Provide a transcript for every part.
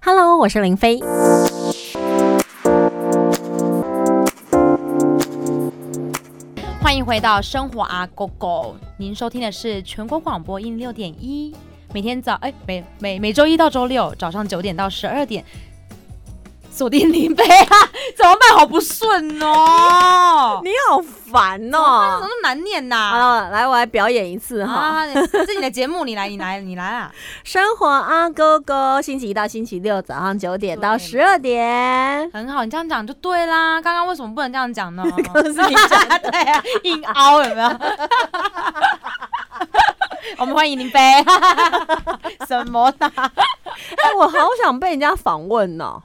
Hello，我是林飞。欢迎回到生活啊狗狗，您收听的是全国广播应六点一，每天早哎每每每周一到周六早上九点到十二点，锁定林飞啊， 怎么办？好不顺哦， 你啊好烦哦，怎么那么难念好呐、了，来，我来表演一次啊？哈。啊，这是你的节目，你来，你来，你来啊！生活啊，哥哥，星期一到星期六早上九点到十二点。很好，你这样讲就对啦。刚刚为什么不能这样讲呢？ 刚刚是你讲 对啊，硬凹有没有？ 我们欢迎林飞， 什么啦？哎、我好想被人家访问哦。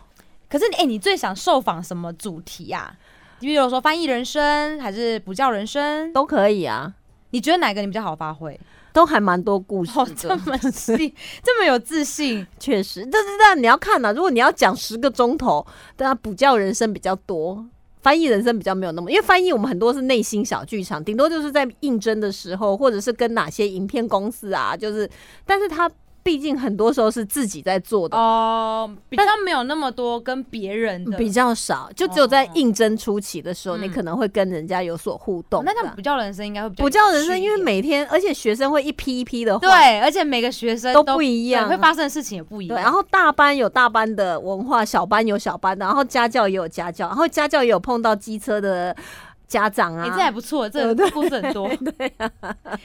可是你，哎、你最想受访什么主题啊？你比如说翻译人生，还是补教人生？都可以啊，你觉得哪个你比较好发挥？都还蛮多故事哦，的这，么细， 这么有自信，确、实。但是但你要看啊呐、如果你要讲十个钟头，但补教人生比较多。翻译人生比较没有那么，因为翻译我们很多是内心小剧场，顶多就是在应征的时候，或者是跟哪些影片公司啊，就是，但是他毕竟很多时候是自己在做的，哦，比较没有那么多跟别人的。比较少，就只有在哦应征初期的时候，嗯你可能会跟人家有所互动哦的。那像补教人生应该会比较补教人有生，趣一因为点每天，而且学生会一批一批的换，对，而且每个学生都对不一样。啊会发生的事情也不一对，样。然后大班有大班的文化，小班有小班的，然后家教也有家教，然后家教也有碰到机车的家长哎、啊。这还不错， 这个故事很多。对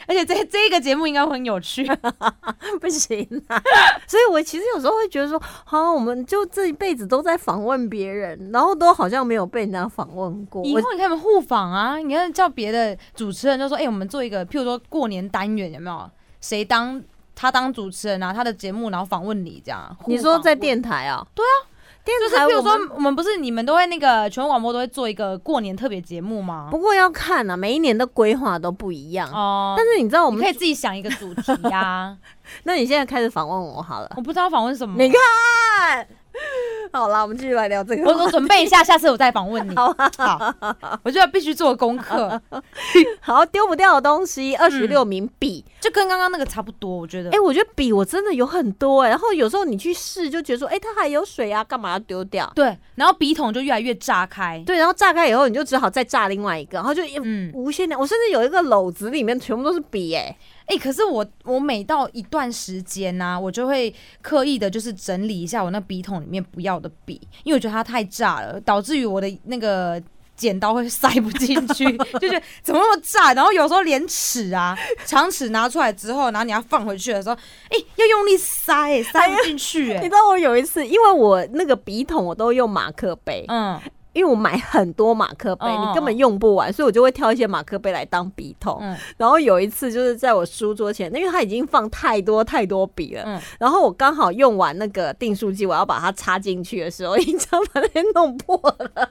而且这这一个节目应该会很有趣。 不行啊！所以我其实有时候会觉得说，好、我们就这一辈子都在访问别人，然后都好像没有被人家访问过。以我后你看我们互访啊，你看叫别的主持人就说，哎、我们做一个，譬如说过年单元有没有？谁当他当主持人啊？他的节目然后访问你这样。你说在电电台啊？对啊，电就是台譬如我们说我们不是你们都会那个全国广播都会做一个过年特别节目吗？不过要看啊，每一年的规划都不一样。哦、但是你知道我你们可以自己想一个主题啊。那你现在开始访问我好了。 我不知道访问什么，你看，好啦，我们继续来聊这我个。我准备一下，下次我再访问你。 好，我觉得必须做功课，好，丢不掉的东西，二十嗯六名笔。就跟刚刚那个差不多，我觉得。哎、我觉得笔我真的有很多哎、然后有时候你去试就觉得说，哎、它还有水啊，干嘛要丢掉？对，然后笔筒就越来越炸开。对，然后炸开以后，你就只好再炸另外一个，然后就一嗯，无限量。我甚至有一个篓子，里面全部都是笔哎、哎、可是我我每到一段时间呐、我就会刻意的，就是整理一下我那笔筒里面不要的笔，因为我觉得它太炸了，导致于我的那个剪刀会塞不进去， 就是怎么那么炸？然后有时候连尺啊，长尺拿出来之后，然后你要放回去的时候，哎、要用力塞、欸，塞不进去、你欸，知道我有一次，因为我那个笔筒我都用马克杯，嗯，因为我买很多马克杯，嗯嗯你根本用不完，所以我就会挑一些马克杯来当笔筒。嗯然后有一次就是在我书桌前，因为它已经放太多太多笔了，嗯然后我刚好用完那个订书机，我要把它插进去的时候，一张把它弄破了。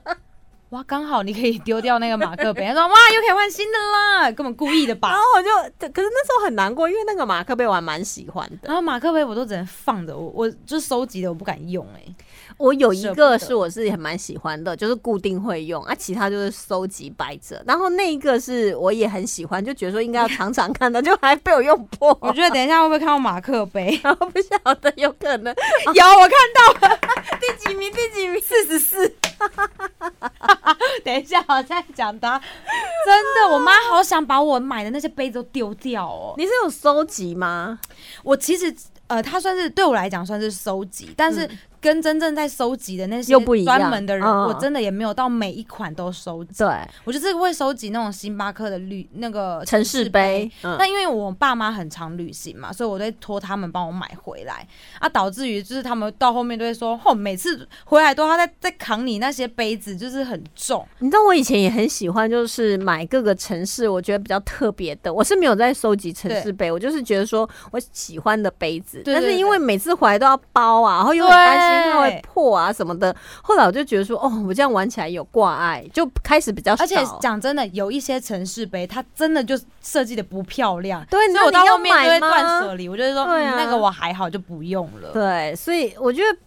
哇，刚好你可以丢掉那个马克杯，他说哇，又可以换新的啦，根本故意的然吧 后？我就，可是那时候很难过，因为那个马克杯我还蛮喜欢的。然后马克杯我都只能放着，我我就收集的，我不敢用、欸，哎。 我有一舍不个得是我自己很蛮喜欢的，就是固定会用啊，其他就是收集摆着。然后那一个是我也很喜欢，就觉得说应该要常常看的，就 还被我用破。 ？我觉得等一下会不会看到马克杯然后不晓得有可能有，我看到了。第几名，第几名，四十四。 等一下，我再讲它。真的，我妈好想把我买的那些杯子都丢掉哦。你是有收集吗？我其实呃，它算是对我来讲算是收集，但是跟真正在收集的那些嗯又不一样专门的人，嗯我真的也没有到每一款都收集。对，我就是会收集那种星巴克的绿那个城市杯。嗯那因为我爸妈很常旅行嘛，所以我都会托他们帮我买回来啊，导致于就是他们到后面都会说，哦，每次回来都他在在扛你那些杯子，就是很重。你知道我以前也很喜欢，就是买各个城市我觉得比较特别的。我是没有在收集城市杯，我就是觉得说我喜欢的杯子，对对但是对因为每次回来都要包啊，然后又很担心它会对破啊什么的。后来我就觉得说，哦，我这样玩起来有挂碍，就开始比较少。而且讲真的，有一些城市杯它真的就设计的不漂亮，对，所那以我你到要后面就买会吗断舍离，我就会说、对啊嗯、那个我还好就不用了。对，所以我觉得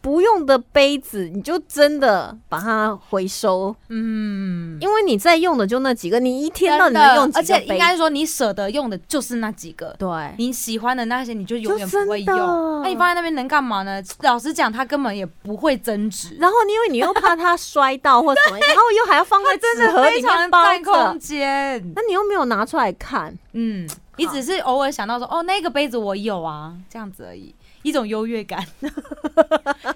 不用的杯子，你就真的把它回收，嗯，因为你在用的就那几个，你一天到真底能的用几而个杯？且应该说你舍得用的就是那几个，对，你喜欢的那些你就永远就真的不会用。哎那、你放在那边能干嘛呢？老实讲，它根本也不会增值，然后因为你又怕它摔到或 什么，然后又还要放在真纸的盒非里常面占包空着，间。那你又没有拿出来看，嗯，你只是偶尔想到说，哦，那个杯子我有啊，这样子而已，一种优越感。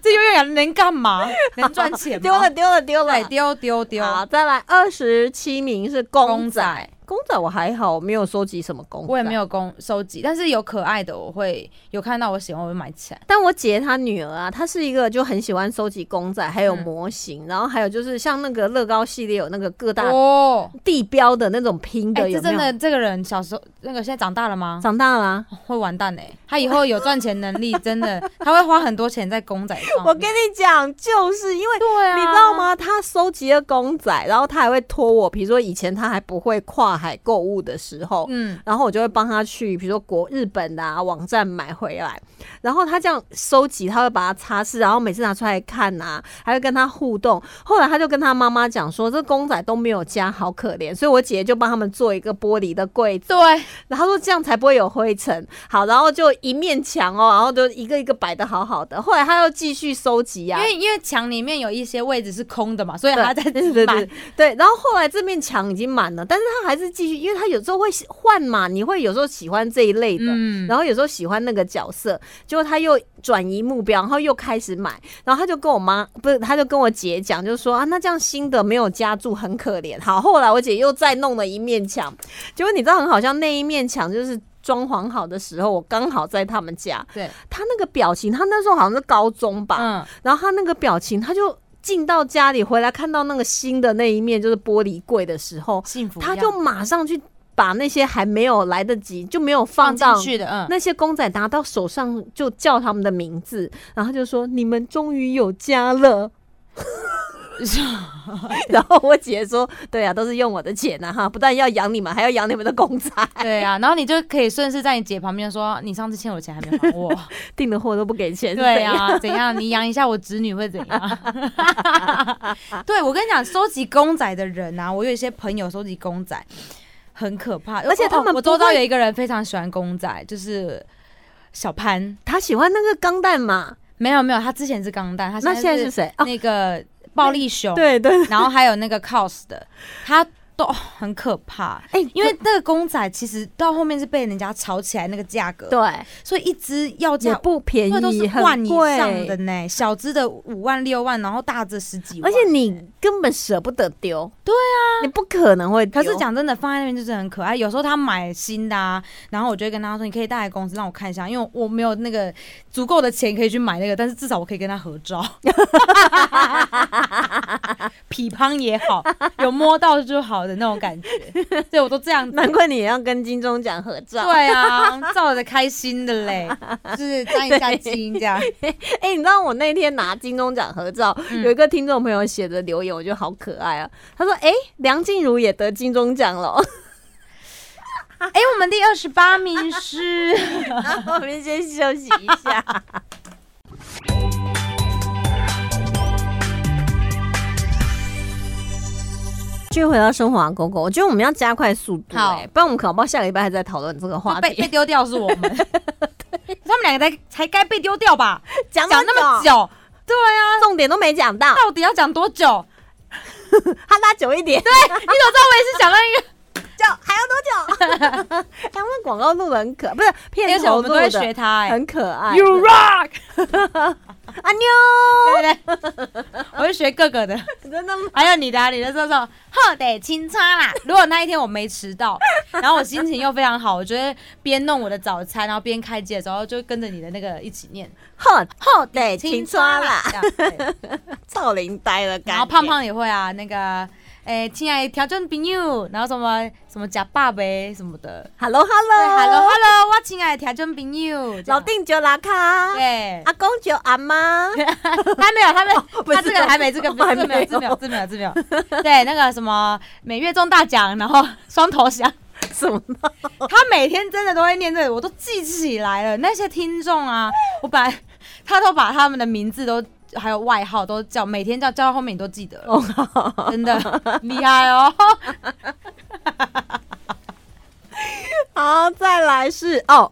这优越感能干嘛？能赚钱吗？丢了丢了丢了对，。啊丢丢丢。好，再来二十七名是公公仔，仔，公仔我还好，我没有收集什么公仔，我也没。有公收集，但是有可爱的，我会有看到我喜欢，我会买起来。但我姐她女儿啊，她是一个就很喜欢收集公仔，还有嗯模型，然后还有就是像那个乐高系列有那个各大哦，地标的那种拼的，哎，有这没真有？的，这个人小时候那个现在长大了吗？长大啊啦、会完蛋哎、他以后有赚钱能力，真的，他会花很多钱在公仔上面。我跟你讲，就是因为。对啊，你知道？吗？她收集了公仔，然后她还会托我，比如说以前她还不会跨海购物的时候，嗯，然后我就会帮她去，比如说国日本的、啊、网站买回来，然后她这样收集，她会把它擦拭，然后每次拿出来看啊，还会跟她互动。后来她就跟她妈妈讲说，这公仔都没有家，好可怜，所以我姐就帮他们做一个玻璃的柜子，对，然后说这样才不会有灰尘。好，然后就一面墙哦，然后就一个一个摆的好好的。后来他又继续收集呀、因啊。为因为墙里面有一些位置是空的嘛，所以他在对对买对。对，然后后来这面墙已经满了，但是他还是继续，因为他有时候会喜换嘛，你会有时候喜欢这一类的，嗯，然后有时候喜欢那个角色，结果他又转移目标，然后又开始买，然后他就跟我妈不是，他就跟我姐讲，就说啊，那这样新的没有加注很可怜。好，后来我姐又再弄了一面墙，结果你知道很好像那一面墙就是。装潢好的时候，我刚好在他们家，对，他那个表情，他那时候好像是高中吧，嗯，然后他那个表情，他就进到家里回来看到那个新的那一面，就是玻璃柜的时候，幸福一他样就马上去把那些还没有来得及就没有放放到进去的，嗯，那些公仔拿到手上就叫他们的名字，然后就说你们终于有家了。 然后我姐说：“对啊，都是用我的钱啊，哈，不但要养你们，还要养你们的公 仔，对哎啊，然后你就可以顺势在你姐旁边说，你上次欠我钱还没还 我，订的货都不给钱，对呀、啊，怎样？你养一下我侄女会怎样？ 对我跟你讲，收集公仔的人啊，我有一些朋友收集公仔很可怕，而且哦他们我不会周遭有一个人非常喜欢公仔，就是小潘。他喜欢那个钢蛋嘛，没有没有，他之前是钢蛋，他那现在是是谁？哦，那个暴力熊，对对，然后还有那个 cos 的，他都哦很可怕。哎、因为那个公仔其实到后面是被人家炒起来那个价格，对，所以一只要也价不便那都是宜，万很以贵，上的啊呢，小只的五万六万，然后大只十几而万。且你根本舍不得丢。对啊，你不可能会丢。可是讲真的，放在那边就是很可爱。有时候他买新的啊，然后我就会跟他说：“你可以带来公司让我看一下，因为我没有那个足够的钱可以去买那个，但是至少我可以跟他合照。 匹乓也好，有摸到就好的那种感觉，对我都这样子。难怪你也要跟金钟奖合照。对啊，照的开心的嘞，就是沾一下金这样。 哎、你知道我那天拿金钟奖合照，嗯有一个听众朋友写的留言，我觉得好可爱啊。他说：“哎、梁静茹也得金钟奖了。哎、我们第二十八名是。” 然后我们先休息一下。继续回到生活啊，狗狗，我觉得我们要加快速度、好哎，不然我们搞不好下个礼拜还在讨论这个话被题 被。丢掉是我们，他们两个才才该被丢掉吧？讲讲那么久久，对啊，重点都没讲到，到底要讲多 久？哈拉久一 点，对，你怎么知道我也是想到 一个？就还要多久？ 哎，我们广告录的很可，不是而片且头我们录都会学的他哎、很可爱。 You rock！ 阿 妞，对不对？ 我会学各个的，真的吗？还有你的啊、你的这种喝得清差啦。 如果那一天我没迟到，然后我心情又非常好，我就会边弄我的早餐，然后边开机的时候就跟着你的那个一起念呵，喝得清差啦，这样 对赵林啊呆了，啊然后胖胖也会啊，那个，诶，亲爱的调整朋友，然后什么什么假爸呗什么的， ，Hello 对 Hello ，hello hello，我亲爱的调整朋友，这老样，丁就拉啊卡，对，阿公就阿 妈，还没有，还没，哦不是他这个还没这个，还还没没有有，这没有，这没有，这没有，对，那个什么每月中大奖，然后双头奖，什 么？ 他每天真的都会念这个，我都记起来了。那些听众啊，我本来他都把他们的名字都还有外号都叫，每天叫叫到后面你都记得哦了，真的厉 害哦。好，再来是哦，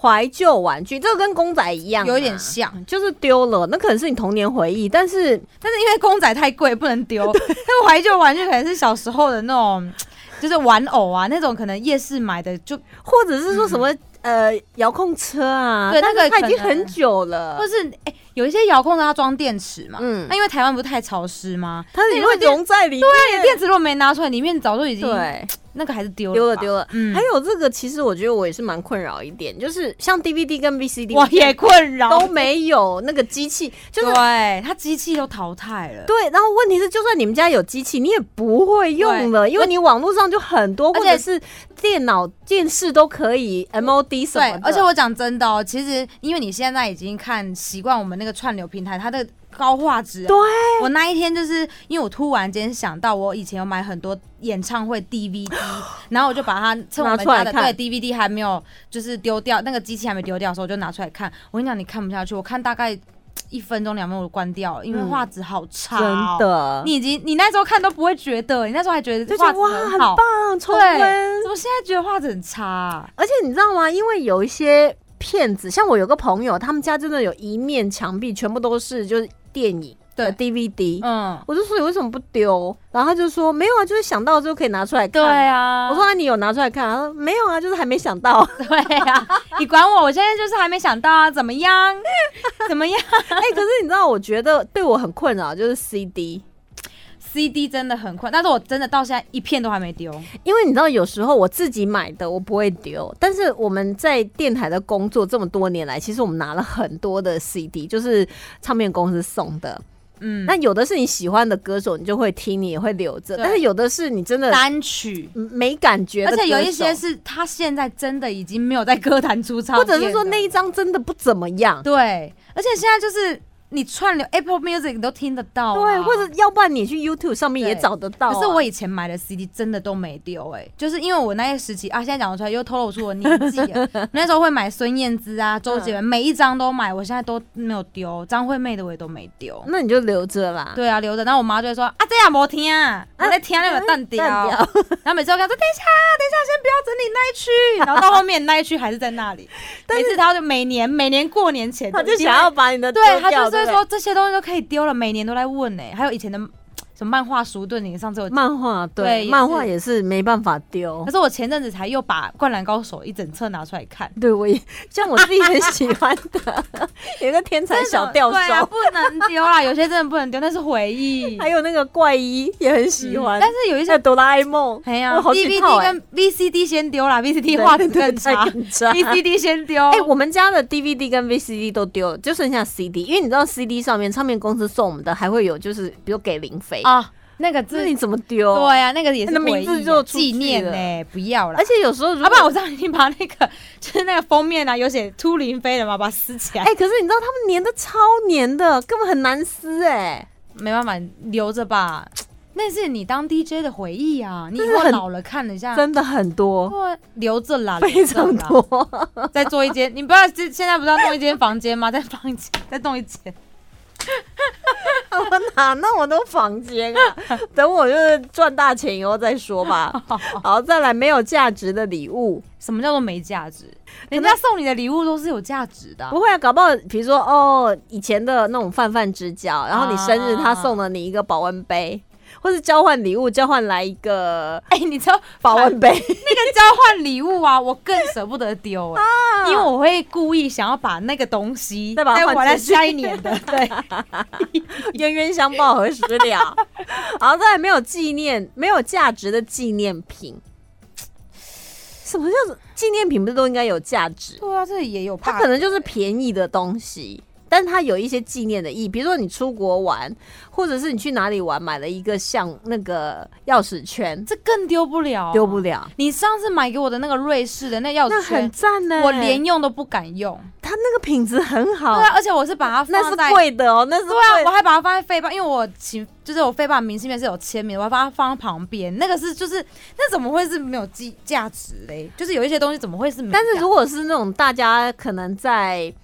怀旧玩具，这个跟公仔一样、啊有一点，像，就是丢了，那可能是你童年回忆，但是但是因为公仔太贵不能 丢，那怀旧玩具可能是小时候的那种，就是玩偶啊那种，可能夜市买的就，或者是说什么、呃遥控车啊，嗯对但是那个它已经可能很久了或，是哎、有一些遥控的它装电池嘛，嗯那、，因为台湾不是太潮湿吗？它那是你会如果融在里面，那电池如果没拿出来，里面早就已经对，那个还是丢了，丢了丢了。了。嗯还，有这个，其实我觉得我也是蛮困扰一点，就是像 DVD 跟 VCD，我也困扰，都没有那个机器，就是对，它机器都淘汰了。对，然后问题是，就算你们家有机器，你也不会用了，因为你网络上就很多，而或且者是电脑、电视都可以 MOD 什对么的。，而且我讲真的哦，其实因为你现在已经看习惯我们那个串流平台，它的高画质、啊。对，我那一天就是因为我突然间想到，我以前有买很多演唱会 DVD，然 后我就把它趁我拿们出来家的对看 DVD 还没有就是丢掉，那个机器还没丢掉的时候，我就拿出来看。我跟你讲，你看不下去，我看大概一分钟两分钟我就关掉了，因为嗯画质好差、真哦。的，你已经你那时候看都不会觉得，你那时候还觉就得觉画得质哇，很很好，棒，重对温。怎么现在觉得画质很差啊、而且你知道吗？因为有一些骗子，像我有个朋友，他们家真的有一面墙壁全部都是就是电影呃对的 DVD，、嗯，我就说你为什么不丢？然后他就说没有啊，就是想到就可以拿出来看。对啊，我说那你有拿出来看？他说没有啊，就是还没想到。 对啊，你管我，我现在就是还没想到啊，怎 么样？怎么样哎、可是你知道，我觉得对我很困扰就是 CD， ？CD 真的很困，但是我真的到现在一片都还没丢。因为你知道有时候我自己买的我不会丢，但是我们在电台的工作这么多年来，其实我们拿了很多的 CD，就是唱片公司送的。嗯，那有的是你喜欢的歌手，你就会听，你也会留着；对但是有的是你真的单曲，嗯没感觉的而歌手，且有一些是他现在真的已经没有在歌坛出唱或片了，者是说那一张真的不怎么样。对，而且现在就是你串流 Apple Music 你都听得到啊、对，或者要不然你去 YouTube 上面也对找得到啊、可是我以前买的 CD 真的都没丢哎、就是因为我那些时期啊，现在讲得出来又透露出我年纪了。那时候会买孙燕姿啊、周杰伦，每一张都买，我现在都没有丢。张惠妹的我也都没丢。啊那你就留着啦。对啊，留着。然后我妈就会说啊，这样没听啊，我在听那个蛋雕。淡掉然后每次我跟她说等一下，等一下，先不要整理那一区。然后到后面那一区还是在那里。每次她就每年每年过年前，他 就想要把你的对他她就是会说这些东西都可以丢了，每年都在问哎、还有以前的什么漫画书对你上次有漫画，对对，也是漫画也是没办法丢可。是我前阵子才又把《灌篮高手》一整册拿出来看，对我也像我自己很喜欢 的，有一个天才小吊对啊，手，不能丢 啦，有些真的不能丢，那是回忆。还有那个怪医也很喜欢，嗯但是有一还有些，哆啦 A 梦，哎我呀好几套，DVD 哎跟 VCD 先丢啦，VCD 画质更对对差对更差。 ，VCD 先丢。啊 哎、我们家的 DVD 跟 VCD 都丢了，就剩下 CD，因为你知道 CD 上面唱片公司送我们的还会有就是比如给零肥，啊，那个那字你，怎么丢？对啊呀，那个也是那名回忆字啊就出纪去念了呢，不要啦而。且有时候如果啊，不然我知道你把那个 就是那个封面啊，有写秃林飞的嘛，把它撕起来。哎、可是你知道他们粘的超粘的，根本很难撕哎、没办法，留着吧。那是你当 DJ 的回忆啊，你以是后很老了看了一下，真的很多。啊对，啊留着 啦，非常留着啦。多，再做一间，你不要现现在不是要弄一间房间吗？再 放一间，再弄一间。 我哪那么多房间啊？等我就是赚大钱以后再说吧。好，再来没有价值的礼物，什么叫做没价值？人家送你的礼物都是有价值的啊、不会啊，搞不好比如说哦，以前的那种泛泛之交，然后你生日他送了你一个保温杯，或是交换礼物，交换来一个哎、你知道保温杯，那个交换礼物啊， 我更舍不得丢、哎因为我会故意想要把那个东西再把它换玩在出去下一年的， 对，冤冤相报何时了？好，再来没有纪念、没有价值的纪念品。什么叫做纪念品？不是都应该有价值？对啊，这也有它怕，可能就是便宜的东西，但它有一些纪念的意义，比如说你出国玩，或者是你去哪里玩，买了一个像那个钥匙圈，这更丢不了、啊丢不。了，你上次买给我的那个瑞士的那哦钥那匙很圈，赞呢、我连用都不敢用。它那个品质很好，对啊，而且我是把它那放在是贵的哦，那是对啊，贵我还把它放在飞吧，因为我请就是我飞吧明信片是有签名，我还把它放在旁边。那个是就是那怎么会是没有价价值嘞？就是有一些东西怎么会是没价？但是如果是那种大家可能在。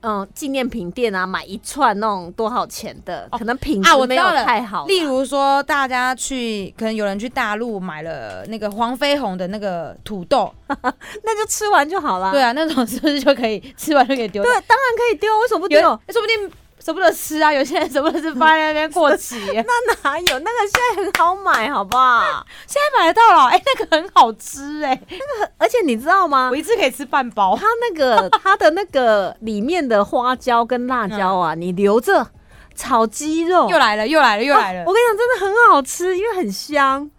嗯纪念品店啊买一串那种多少钱的，哦可能品啊质我知没有道了太好啦。例如说，大家去，可能有人去大陆买了那个黄飞鸿的那个土豆，那就吃完就好啦。对啊，那种是不是就可以吃完就可以丢掉？对，当然可以丢，为什么不有哎丢？啊说不定舍不得吃啊，有些人舍不得吃，放在那边过 期，现那哪有？那个现在很好买，好不好？在买得到了，哎、那个很好吃哎、而且你知道吗我？一次可以吃半包。它那 个它的那个里面的花椒跟辣椒啊，你留着炒鸡肉，又来了，又来了，又来了！哦我跟你讲，真的很好吃，因为很香，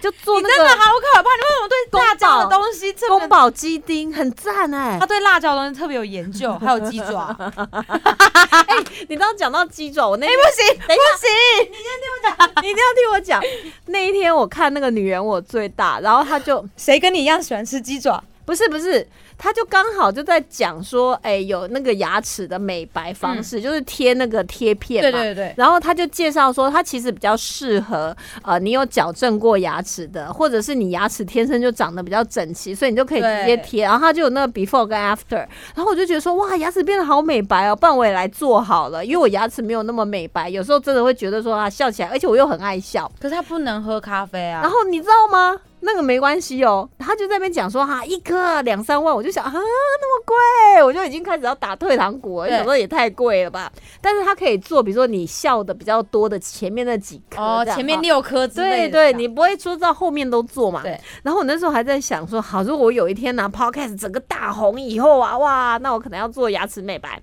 就做你那真的个好可怕！你为什么对辣椒的东西这宫么……保鸡丁，很赞哎、他对辣椒的东西特别有研究，还有鸡爪。哎、 你刚刚讲到鸡爪，我那天、不行，等一下不行！你一定要听我讲。 那一天我看那个女人我最大，然后她就 谁跟你一样喜欢吃鸡爪？不是不是，她就刚好就在讲说，哎、有那个牙齿的美白方式，就是贴那个贴片嘛。对对对，然后他就介绍说，他其实比较适合呃，你有矫正过牙齿的，或者是你牙齿天生就长得比较整齐，所以你就可以直接贴。然后他就有那个 before 跟 after，然后我就觉得说，哇，牙齿变得好美白哦，不然我也来做好了，因为我牙齿没有那么美白，有时候真的会觉得说啊，笑起来，而且我又很爱笑。可是他不能喝咖啡啊。然后你知道吗？那个没关系哦，他就在那边讲说哈、一颗两三万，我就想啊，那么贵，我就已经开始要打退堂鼓了，对想说也太贵了吧。但是他可以做，比如说你笑的比较多的前面那几颗，哦，这样前面哈六颗之对类的。对，你不会说到后面都做嘛？对。然后我那时候还在想说，好，如果我有一天拿 podcast 整个大红以后啊，哇，那我可能要做牙齿美白。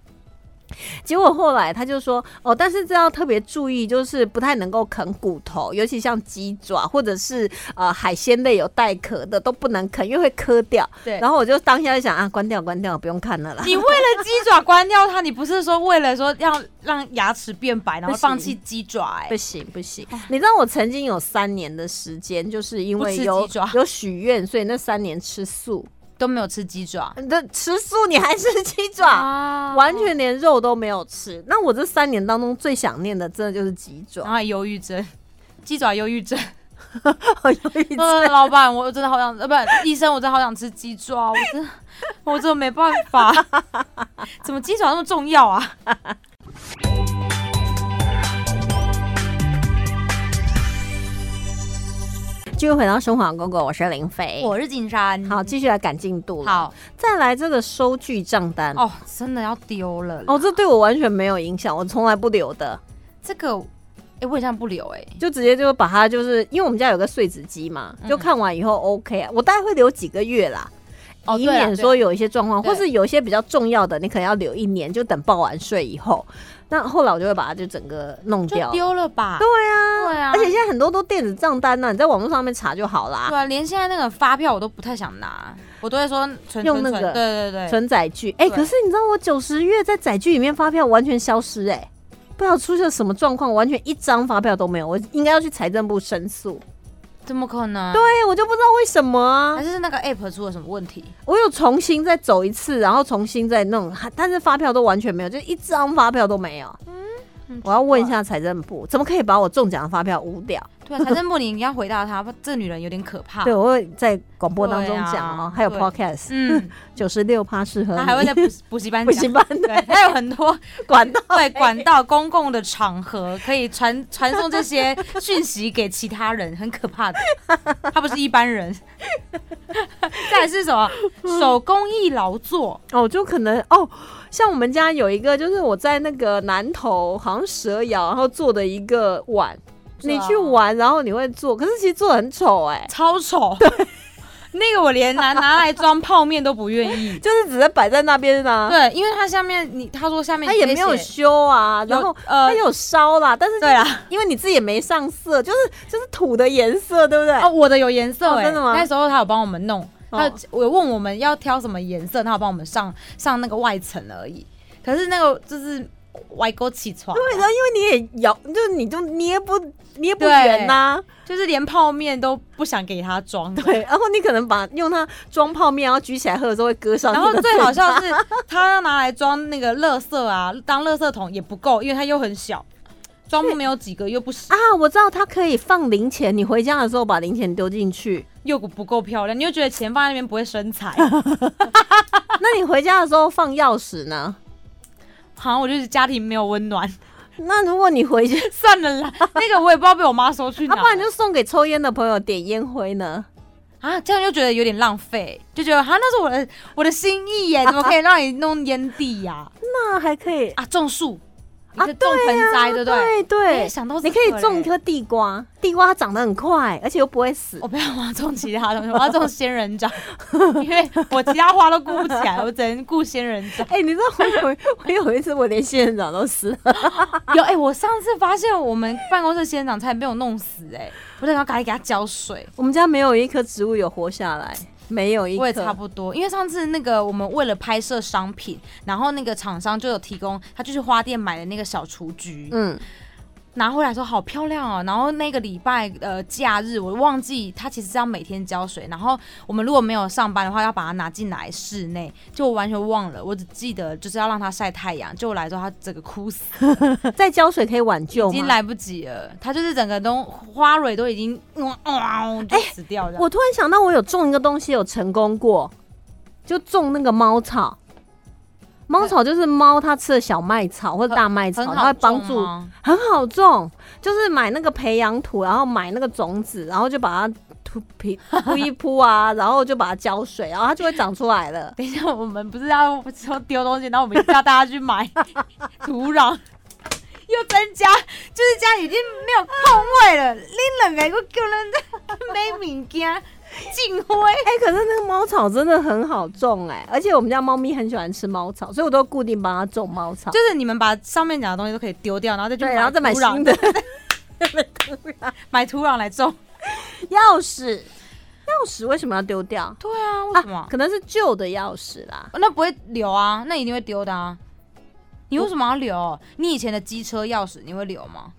结果后来他就说，哦，但是这要特别注意，就是不太能够啃骨头，尤其像鸡爪或者是呃海鲜类有带壳的都不能啃，因为会磕掉。对哎然后我就当下就想啊，关掉关掉，不用看了啦。你为了鸡爪关掉它，你不是说为了说要让牙齿变白，然不后行放弃鸡爪、欸？不行不行，你知道我曾经有三年的时间，就是因不为吃有鸡爪有许愿，所以那三年吃素。都没有吃鸡爪，那吃素你还吃鸡爪，啊完全连肉都没有吃。那我这三年当中最想念的，真的就是鸡然爪。后还忧郁症，鸡爪忧郁症。 有一次 呃，老板，我真的好想，呃，不，医生，我真的好想吃鸡爪，我 真的，我真的没办法。怎么鸡爪那么重要啊？继续回到生活公公，我是林飞。我是金山，好，继续来赶进度了。，好再来这个收据账单。哦，真的要丢了。哦，这对我完全没有影响，我从来不留的，这个，哎、我好像不留哎、就直接就把它就是，因为我们家有个碎纸机嘛，嗯就看完以后 OK，、啊、我大概会留几个月啦，哦，以对啦免说有一些状况，对或是有一些比较重要的，你可能要留一年，就等报完税以后。那后来我就会把它就整个弄对掉了，就丢了吧。对啊，对啊而且现在很多都电子账单呢、啊你在网络上面查就好啦。对啊，连现在那个发票我都不太想拿，我都会说存用存那存，个对对对，存载具，哎、对可是你知道我九十月在载具里面发票完全消失、哎，不知道出现什么状况，完全一张发票都没有，我应该要去财政部申诉。怎么可能？对，啊我就不知道为什么啊还，是那个 app 出了什么问题？我有重新再走一次，然后重新再弄，还但是发票都完全没有，就一张发票都没有。嗯我要问一下财政部，怎么可以把我中奖的发票污掉？对啊，财政部你应该回答他，这女人有点可怕。对，啊我会在广播当中对啊讲哦、还有对 podcast 嗯，九十六趴适合他你，还 会在补习补习班补讲习。班 对，还有很多管 道对管道、公共的场合可以传 传送这些讯息给其他人，很 可怕的。他不是一般人。 再来是什么？手工艺劳作，哦，就可能哦，像我们家有一个，就是我在那个南头，好像蛇窑，然后做的一个碗，是啊你去玩，然后你会做，可是其实做的很丑哎、超丑。那个我连拿拿来装泡面都不愿意。 就是只是摆在那边啊，对，因为它下面你他说下面它也直没接有写修啊，然后。呃它有烧啦，但是对啊啦，因为你自己也没上色，就是就是土的颜色，对不对？哦，我的有颜色、哦欸真的吗那时候他有帮我们弄，哦他有我有问我们要挑什么颜色，他有帮我们上上那个外层而已。可是那个就是歪勾起床，对，然后因为你也摇，就是你就捏不捏不对圆呐、就是连泡面都不想给他 装的。对，然后你可能把用它装泡面，然后举起来喝的时候会割伤你然的后嘴巴。最好笑的是，他要拿来装那个垃圾啊，当垃圾桶也不够，因为它又很小，装没有几个又不行，啊，我知道它可以放零钱，你回家的时候把零钱丢进 去。又不够漂亮，你又觉得钱放在那边不会生财，那你回家的时候放钥匙呢？ 好像我就是家庭没有温暖， 那如果你回去，算了啦，那个我也不知道被我妈收去要、哪不然就送给抽烟的朋友点烟灰呢？啊，这样就觉得有点浪费，就觉得哈、那是我的我的心意 耶，怎么可以让你弄烟蒂呀、那还可以， 啊，种树，你啊是种盆栽，对不对？对哎对，想到这你可以个种一嘞颗地瓜，地瓜它长得很快，而且又不会死。我不要，我要种其他 东西，我要种仙人掌，因为我其他花都顾不起来，我只能顾仙人 掌。哎、你知道我有 我有一次我连仙人掌都死了，有哎、我上次发现我们办公室仙人掌差点被我弄死哎、我得要赶紧给它浇水。我们家没有一棵植物有活下来，没有一棵。我也差不多，因为上次那个我们为了拍摄商品，然后那个厂商就有提供，他就去花店买的那个小雏菊，嗯，拿回来说好漂亮哦。然后那个礼拜呃假日，我忘记它其实是要每天浇水。然后我们如果没有上班的话，要把它拿进来室内，就我完全忘了，我只记得就是要让它晒太阳。就我来说，它整个枯死，在浇水可以挽救已经哦吗？来不及了。它就是整个都花蕊都已经哇、哇就死掉哎了。我突然想到，我有种一个东西有成功过，就种那个猫草。猫草就是猫它吃的小麦草或者大麦草，很它好会帮种啊助，吗很好种，就是买那个培养土，然后买那个种子，然后就把它铺皮 铺一铺啊，然后就把它浇水，然后它就会长出来了。等一下，我们不是要说丢东西，然后我们叫大家去买 土壤，又增加，就是家里已经没有空位了。恁两个又叫人在 买物件，进灰。哎、可是那个猫草真的很好种哎、而且我们家猫咪很喜欢吃猫草，所以我都固定帮它种猫草。就是你们把上面讲的东西都可以丢掉，然后再去对，然后再买土壤新的 买土壤来种。钥匙。钥匙为什么要丢掉？对啊，为什么？可能是旧的钥匙啦。那不会留啊，那一定会丢的啊。你为什么要留？你以前的机车钥匙你会留吗？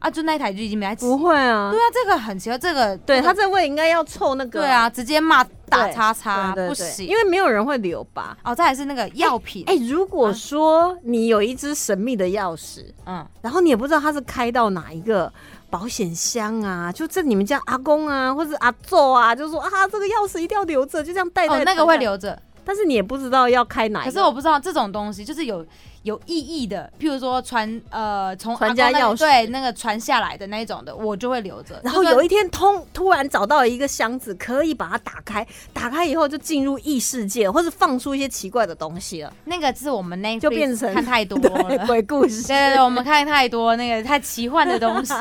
啊，就那一台就已经没在骑。不会啊对，啊，这个很奇怪，这个对他他这位应该要凑那个。对啊，直接骂打对叉对，叉对不对行，因为没有人会留吧？哦，再来是那个药品，哎、如果啊说你有一只神秘的钥匙，嗯，然后你也不知道它是开到哪一个保险箱啊，就在你们家阿公啊，或者阿祖啊，就说啊，这个钥匙一定要留着，就这样带带、哦，那个会，留着，但是你也不知道要开哪一可个。是我不知道这种东西就是有有意义的，譬如说传呃从传阿公家那钥里匙对那个传下来的那一种的，我就会留着。然后就算有一天通突然找到了一个箱子，可以把它打开，打开以后就进入异世界，或是放出一些奇怪的东西了，那个是我们那就变成看太多对了。 鬼故 对事。对对，我们看太多那个太奇幻的东西，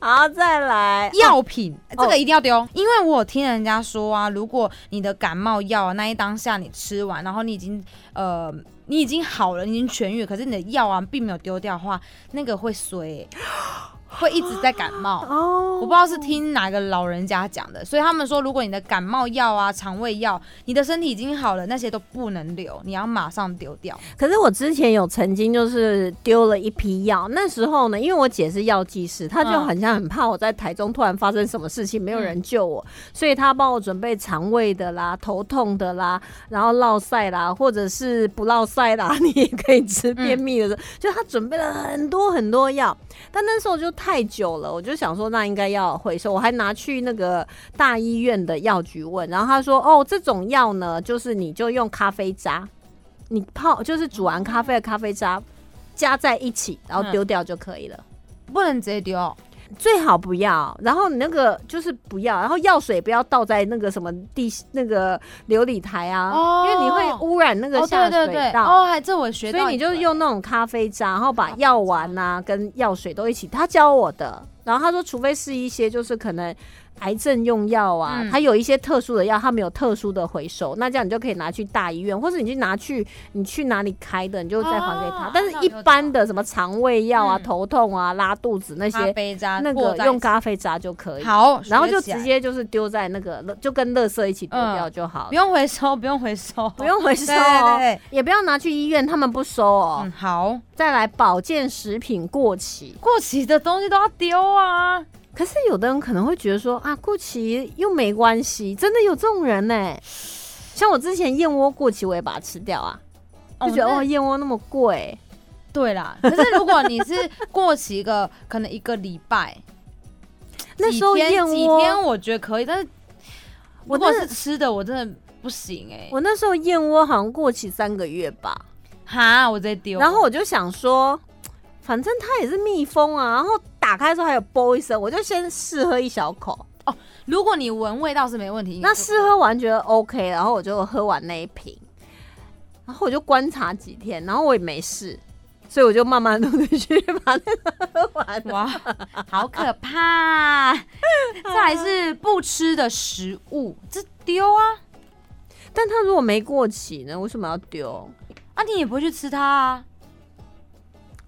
好，再来药品哦这个一定要丢，因为我有听人家说啊，如果你的感冒药啊那一当下你吃完，然后你已经呃你已经好了，你已经痊愈，可是你的药啊并没有丢掉的话，那个会衰欸、会一直在感冒。哦，我不知道是听哪个老人家讲的，所以他们说，如果你的感冒药啊、肠胃药，你的身体已经好了，那些都不能留，你要马上丢掉。可是我之前有曾经就是丢了一批药，那时候呢，因为我姐是药剂师，她就嗯很像很怕我在台中突然发生什么事情，没有人救我，所以她帮我准备肠胃的啦、头痛的啦，然后落塞啦，或者是不落塞啦， 你也可以吃便秘的时候，就她准备了很多很多药。但那时候就太久了，我就想说那应该要回收，我还拿去那个大医院的药局问，然后他说哦，这种药呢，就是你就用咖啡渣，你泡就是煮完咖啡的咖啡渣加在一起，然嗯后丢掉就可以了。不能直接丢，最好不要，然后你那个就是不要，然后药水不要倒在那个什么地那个琉璃台啊，哦因为你会污染那个哦，下对对水对，道。哦，还这我学到所一个，以你就用那种咖啡渣，然后把药丸啊跟药水都一起，他教我的。然后他说，除非是一些就是可能癌症用药啊，嗯它有一些特殊的药，它没有特殊的回收，那这样你就可以拿去大医院，或者你去拿去你去哪里开的，你就再还给他哦。但是一般的什么肠胃药啊、嗯头痛啊、拉肚子那咖些，啡渣那过个在用咖啡渣就可以。好，然后学就起来直接就是丢在那个，就跟垃圾一起丢嗯掉就好不了，用回收，不用回收，不用回对收对哦，对对，也不要拿去医院，他们不收哦。嗯，好，再来保健食品过期，过期的东西都要丢啊。可是有的人可能会觉得说啊，过期又没关系，真的有这种人呢、像我之前燕窝过期，我也把它吃掉啊，就觉得那哦，燕窝那么贵，对啦。可是如果你是过期一个，可能一个礼拜， 那时候几天燕几窝，天我觉得可以，但是我如果那是吃的，我真的不行哎、我那时候燕窝好像过期三个月吧，哈，我直接丢。然后我就想说，反正它也是密封啊，然后打开之后还有啵一声，我就先试喝一小口。如果你闻味道是没问题，那试喝完觉得 OK，然后我就喝完那一瓶，然后我就观察几天，然后我也没事，所以我就慢 慢陆陆续续把那个喝完了。 哇，好可 怕！再来是不吃的食物，这丢啊，但它如果没过期呢，为什么要丢？啊你也不会去吃它啊。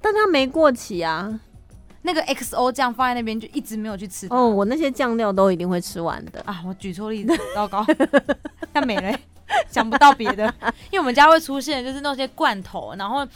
但它没过期啊！那个 XO 酱放在那边就一直没有去吃它哦，我那些酱料都一定会吃完的。啊，我举错例子， 糟糕，但没了，想不到别的， 因为我们家会出现就是那些罐头，然后。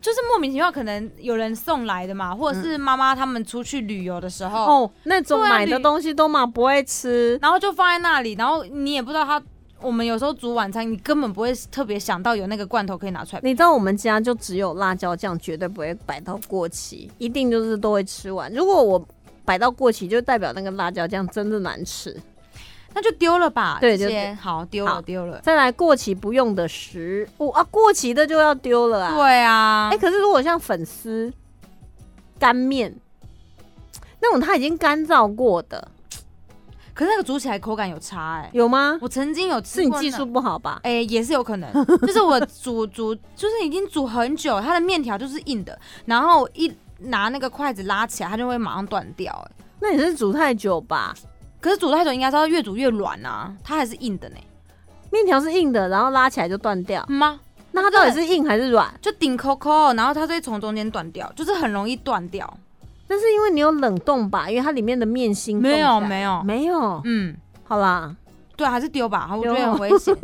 就是莫名其妙，可能有人送来的嘛，或者是妈妈他们出去旅游的时候，嗯哦，那种对啊买的你东西都嘛不会吃，然后就放在那里，然后你也不知道它。我们有时候煮晚餐，你根本不会特别想到有那个罐头可以拿出来。你知道我们家就只有辣椒酱，绝对不会摆到过期，一定就是都会吃完。如果我摆到过期，就代表那个辣椒酱真的难吃。那就丢了吧。对这就些好丢好了丢了。再来过期不用的食物啊，过期的就要丢了啊。对啊，哎、可是如果像粉丝、干面那种，它已经干燥过的，可是那个煮起来口感有差哎、有吗？我曾经有吃是你过技那术。不好吧？哎、也是有可 能，就是我煮煮，就是已经煮很久，它的面条就是硬的，然后我一拿那个筷子拉起来，它就会马上断掉、哎，那你是煮太久吧？可是煮太久应该是要越煮越软啊，它还是硬的呢、面条是硬的，然后拉起来就断掉，嗯吗？那它到底是硬还是软？就顶扣扣，然后它就会从中间断掉，就是很容易断掉。那是因为你有冷冻吧？因为它里面的面心没有冻起来没有没有，嗯，好啦，对，还是丢吧，我丢觉得很危险。